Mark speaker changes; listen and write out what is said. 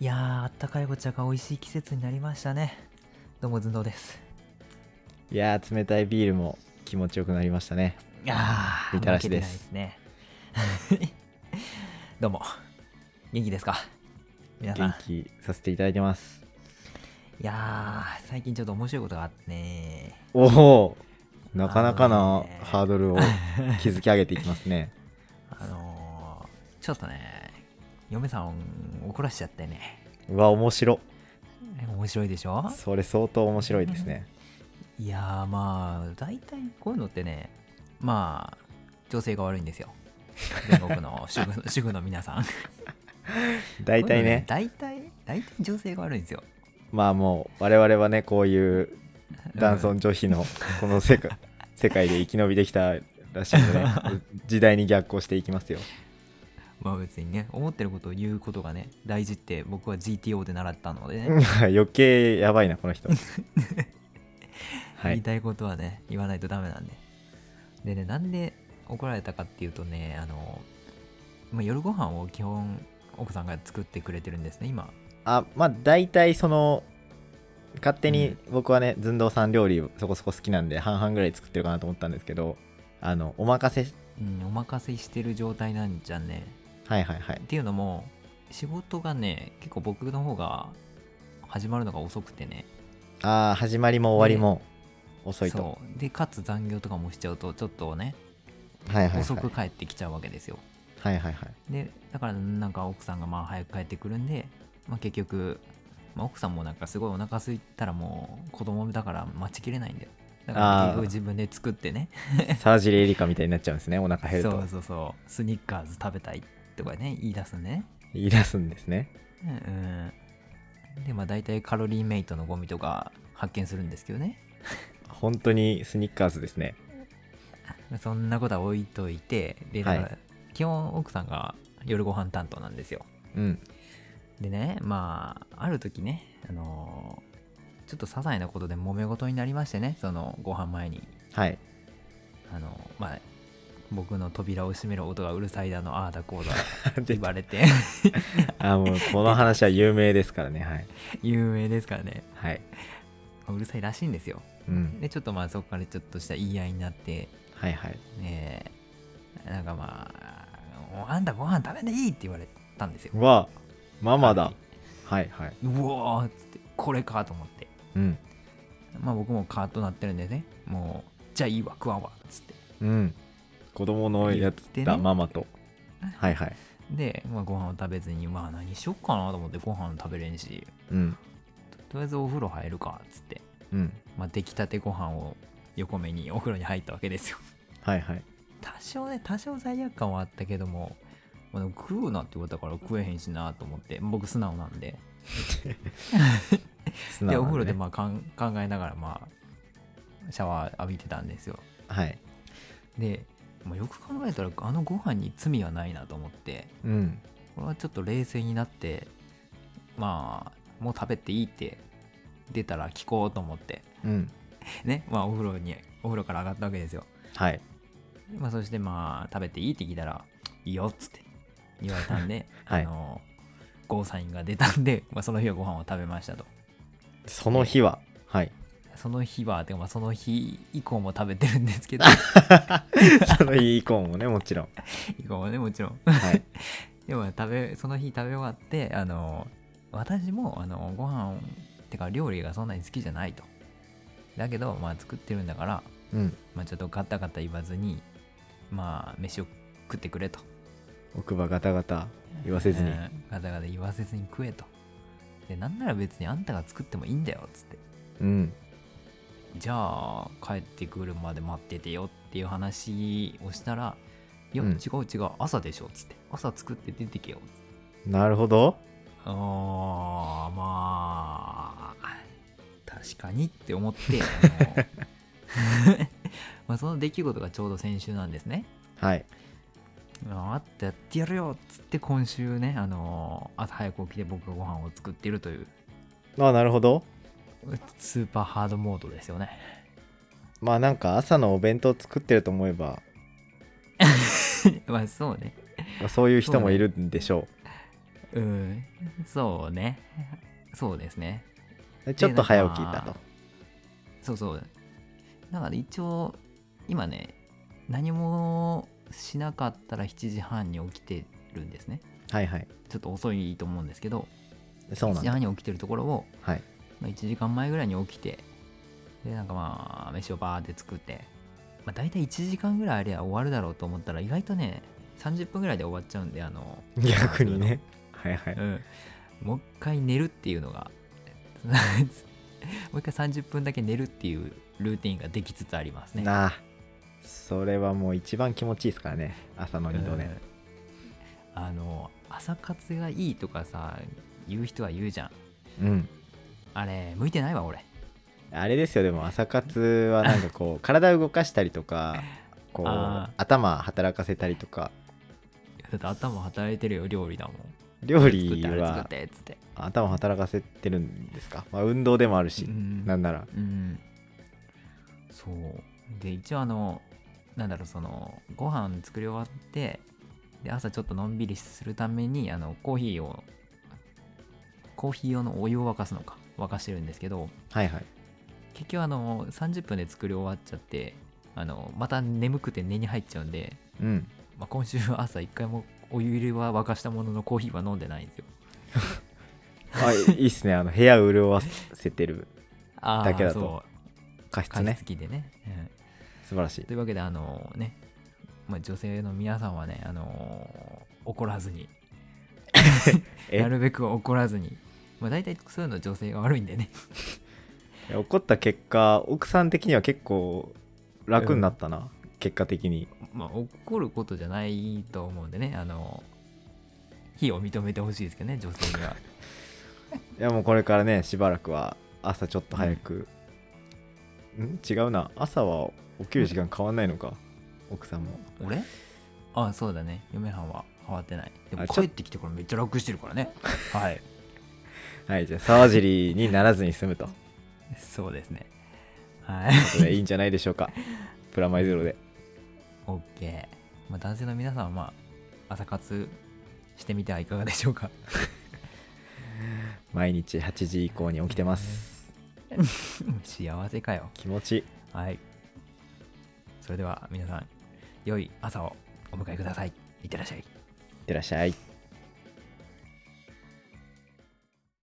Speaker 1: いやー、あったかいお茶が美味しい季節になりましたね。どうも、ずんどうです。
Speaker 2: いやー冷たいビールも気持ちよくなりましたね
Speaker 1: あー、
Speaker 2: みたらしです
Speaker 1: 負けてないですね。 どうも、元気ですか皆さん。
Speaker 2: 元気させていただいてます
Speaker 1: いやー、最近ちょっと面白いことがあってね。
Speaker 2: おおなかなか
Speaker 1: あ
Speaker 2: な
Speaker 1: のね
Speaker 2: ハードル を築き上げていきますね
Speaker 1: あのー、ちょっとね、嫁さん怒らしちゃってね。
Speaker 2: うわ面白
Speaker 1: 面白いでしょ
Speaker 2: それ相当面白いですね
Speaker 1: いやー、まあ、大体こういうのってね、まあ、情勢が悪いんですよ。全国の主婦 主婦の皆さん。
Speaker 2: 大体ね
Speaker 1: こういうの大体、大体情勢が悪いんですよ。
Speaker 2: まあもう我々はねこういう男
Speaker 1: うん
Speaker 2: 尊女卑のこの世界 世界で生き延びてきたらしいので、ね、時代に逆行していき ますよ
Speaker 1: まあ別にね、思ってることを言うことがね、大事って僕は GTO で習ったのでね、
Speaker 2: うん余計やばいなこの人は
Speaker 1: 言い
Speaker 2: い
Speaker 1: たいことはね、言わないとダメなんで。でね、なんで怒られたかっていうとね、あの、まあ、夜ご飯を基本奥さんが作ってくれてるんですね、今。
Speaker 2: あまあ大体その勝手に僕はね寸胴さん料理そこそこ好きなんで半々ぐらい作ってるかなと思ったんですけどあのお任せ
Speaker 1: うん、お任せしてる状態なんじゃね。
Speaker 2: はいはいはい
Speaker 1: っていうのも仕事がね結構僕の方が始まるのが遅くてね
Speaker 2: あー始まりも終わりも遅いと、
Speaker 1: そうでかつ残業とかもしちゃうとちょっとね
Speaker 2: はいはいはい
Speaker 1: 遅く帰ってきちゃうわけですよ、
Speaker 2: はいはいはい
Speaker 1: でだからなんか奥さんがまあ早く帰ってくるんで、まあ、結局、まあ、奥さんもなんかすごいお腹空いたらもう子供だから待ちきれないんだよだから
Speaker 2: あー
Speaker 1: 結局自分で作ってね
Speaker 2: 沢尻エリカみたいになっちゃうんですねお腹減る
Speaker 1: そ
Speaker 2: と
Speaker 1: うそうそうスニッカーズ食べたいとかね言い出すんでね
Speaker 2: 言い出すんですね
Speaker 1: うんうんでまあ大体カロリーメイトのゴミとか発見するんですけどね
Speaker 2: 本当にスニッカーズですね
Speaker 1: そんなことは置いといてで、
Speaker 2: はい
Speaker 1: だから基本奥さんが夜ご飯担当なんですよ
Speaker 2: うん
Speaker 1: でねまあある時ねあのーちょっと些細なことで揉め事になりましてねそのご飯前に
Speaker 2: はい
Speaker 1: あのまあ僕の扉を閉める音がうるさいだのああだこうだ
Speaker 2: で
Speaker 1: 言われて
Speaker 2: あーもうこの話は有名ですからねはい
Speaker 1: 有名ですからね
Speaker 2: はい
Speaker 1: まあうるさいらしいんですよ
Speaker 2: うん
Speaker 1: でちょっとまあそこからちょっとした言い合いになって
Speaker 2: はいはい
Speaker 1: ねえなんかまああんたご飯食べていいって言われたんですよ
Speaker 2: わママだ
Speaker 1: は
Speaker 2: はいはいう
Speaker 1: わーっつってこれかと思って
Speaker 2: うん
Speaker 1: まあ僕もカーッとなってるんでねもうじゃあいいわ食わんわっつって
Speaker 2: うん子供のやつ
Speaker 1: 言って
Speaker 2: だ、
Speaker 1: ね
Speaker 2: ママとはいはい
Speaker 1: で、まあ、ご飯を食べずにまあ何しよっかなと思ってご飯食べれんし
Speaker 2: うん
Speaker 1: ととりあえずお風呂入るかっつって、
Speaker 2: うん
Speaker 1: まあ、出来たてご飯を横目にお風呂に入ったわけですよ
Speaker 2: はいはい
Speaker 1: 多少ね多少罪悪感はあったけどもまあ、でも食うなって言われたから食えへんしなと思って僕素直なんででお
Speaker 2: 素直なん
Speaker 1: 風呂で
Speaker 2: ね
Speaker 1: まあかん考えながらまあシャワー浴びてたんですよ
Speaker 2: はい
Speaker 1: で、まあ、よく考えたらあのご飯に罪はないなと思って
Speaker 2: うん
Speaker 1: これはちょっと冷静になってまあもう食べていいって出たら聞こうと思って
Speaker 2: うん
Speaker 1: ねまあお風呂にお風呂から上がったわけですよ、
Speaker 2: はい
Speaker 1: まあ、そしてまあ食べていいって聞いたらいいよっつって言われたんで、
Speaker 2: はい
Speaker 1: あのゴーサインが出たんで、まあ、その日はご飯を食べましたと
Speaker 2: その日は はい
Speaker 1: その日はてかまあその日以降も食べてるんです けど
Speaker 2: その日以降もねもちろん
Speaker 1: 以降もねもちろん
Speaker 2: はい
Speaker 1: でも食べその日食べ終わってあの私もあのご飯てか料理がそんなに好きじゃないとだけどまあ作ってるんだから、
Speaker 2: うん
Speaker 1: まあ、ちょっとガタガタ言わずにまあ飯を食ってくれと
Speaker 2: 奥歯ガタガタ言わせずに
Speaker 1: うんガタガタ言わせずに食えとでなんなら別にあんたが作ってもいいんだよっつって
Speaker 2: うん
Speaker 1: じゃあ帰ってくるまで待っててよっていう話をしたらいや、
Speaker 2: うん
Speaker 1: 違う違う朝でしょっつって朝作って出てけよ
Speaker 2: なるほど
Speaker 1: あーまあ確かにって思ってあの まあその出来事がちょうど先週なんですね
Speaker 2: はい
Speaker 1: ああってやってやるよっつって今週ねあの朝早く起きて僕がご飯を作っているという
Speaker 2: あなるほど
Speaker 1: スーパーハードモードですよね
Speaker 2: まあなんか朝のお弁当作ってると思えば
Speaker 1: まあそうね
Speaker 2: まあそういう人もいるんでしょ
Speaker 1: うんそうねそうですね
Speaker 2: でちょっと早起きだと。
Speaker 1: そうそうだから一応今ね何もしなかったら7時半に起きてるんですね
Speaker 2: はいはい。
Speaker 1: ちょっと遅いと思うんですけど
Speaker 2: そ
Speaker 1: 7
Speaker 2: うなん
Speaker 1: 時
Speaker 2: だ。
Speaker 1: 半に起きてるところを、
Speaker 2: はい。
Speaker 1: まあ、1時間前ぐらいに起きてでなんかまあ飯をバーって作って、まあ、大体1時間ぐらいあれば終わるだろうと思ったら意外とね30分ぐらいで終わっちゃうんであの
Speaker 2: 逆にね。はいはい。
Speaker 1: うん、もう一回寝るっていうのが もう一回30分だけ寝るっていうルーティンができつつありますね。
Speaker 2: なあそれはもう一番気持ちいいですからね朝の二度
Speaker 1: うん
Speaker 2: ね、
Speaker 1: あの朝活がいいとかさ言う人は言うじゃん
Speaker 2: うん
Speaker 1: あれ向いてないわ俺
Speaker 2: あれですよでも朝活はなん かこう体を動かしたりとかこう
Speaker 1: あ
Speaker 2: 頭働かせたりとか
Speaker 1: だって頭働いてるよ料理だもん
Speaker 2: 料
Speaker 1: 作っ
Speaker 2: 理
Speaker 1: てあれ作っ
Speaker 2: は
Speaker 1: てっつって
Speaker 2: 頭働かせてるんですか、まあ、運動でもあるし、
Speaker 1: うん
Speaker 2: なんなら
Speaker 1: うんそうで一応あのなんだろうそのご飯作り終わってで朝ちょっとのんびりするためにあのコーヒーをコーヒー用のお湯を沸かすのか沸かしてるんですけど
Speaker 2: はいはい
Speaker 1: 結局あの30分で作り終わっちゃってあのまた眠くて寝に入っちゃうんで、
Speaker 2: うん
Speaker 1: まあ、今週は朝一回もお湯は沸かしたもののコーヒーは飲んでないんですよ
Speaker 2: あいいいっすねあの部屋を潤わせてる
Speaker 1: あー
Speaker 2: だけだと
Speaker 1: そう
Speaker 2: 加湿
Speaker 1: 加
Speaker 2: ね
Speaker 1: 湿器でね、うん、
Speaker 2: 素晴らしい
Speaker 1: というわけであのね、まあ、女性の皆さんはねあの怒らずに
Speaker 2: え
Speaker 1: なるべく怒らずにまあ大体そういうの女性が悪いんでね
Speaker 2: 怒った結果奥さん的には結構楽になったな、結果的に
Speaker 1: まあ怒ることじゃないと思うんでねあの非を認めてほしいですけどね女性には
Speaker 2: いやもうこれからねしばらくは朝ちょっと早く、ん違うな朝は起きる時間変わんないのか奥さんも
Speaker 1: 俺ああそうだね嫁はんは変わってないでも
Speaker 2: あちょ
Speaker 1: 帰ってきてからめっちゃ楽してるから ねはい
Speaker 2: はいじゃあ沢尻にならずに済むと
Speaker 1: そうですねはい
Speaker 2: それいいんじゃないでしょうかプラマイゼロで
Speaker 1: OK、まあ、男性の皆さんは、まあ、朝活してみてはいかがでしょうか
Speaker 2: 毎日8時以降に起きてます
Speaker 1: 幸せかよ
Speaker 2: 気持ちいい
Speaker 1: はいそれでは皆さん良い朝をお迎えくださいいってらっしゃい
Speaker 2: いってらっしゃい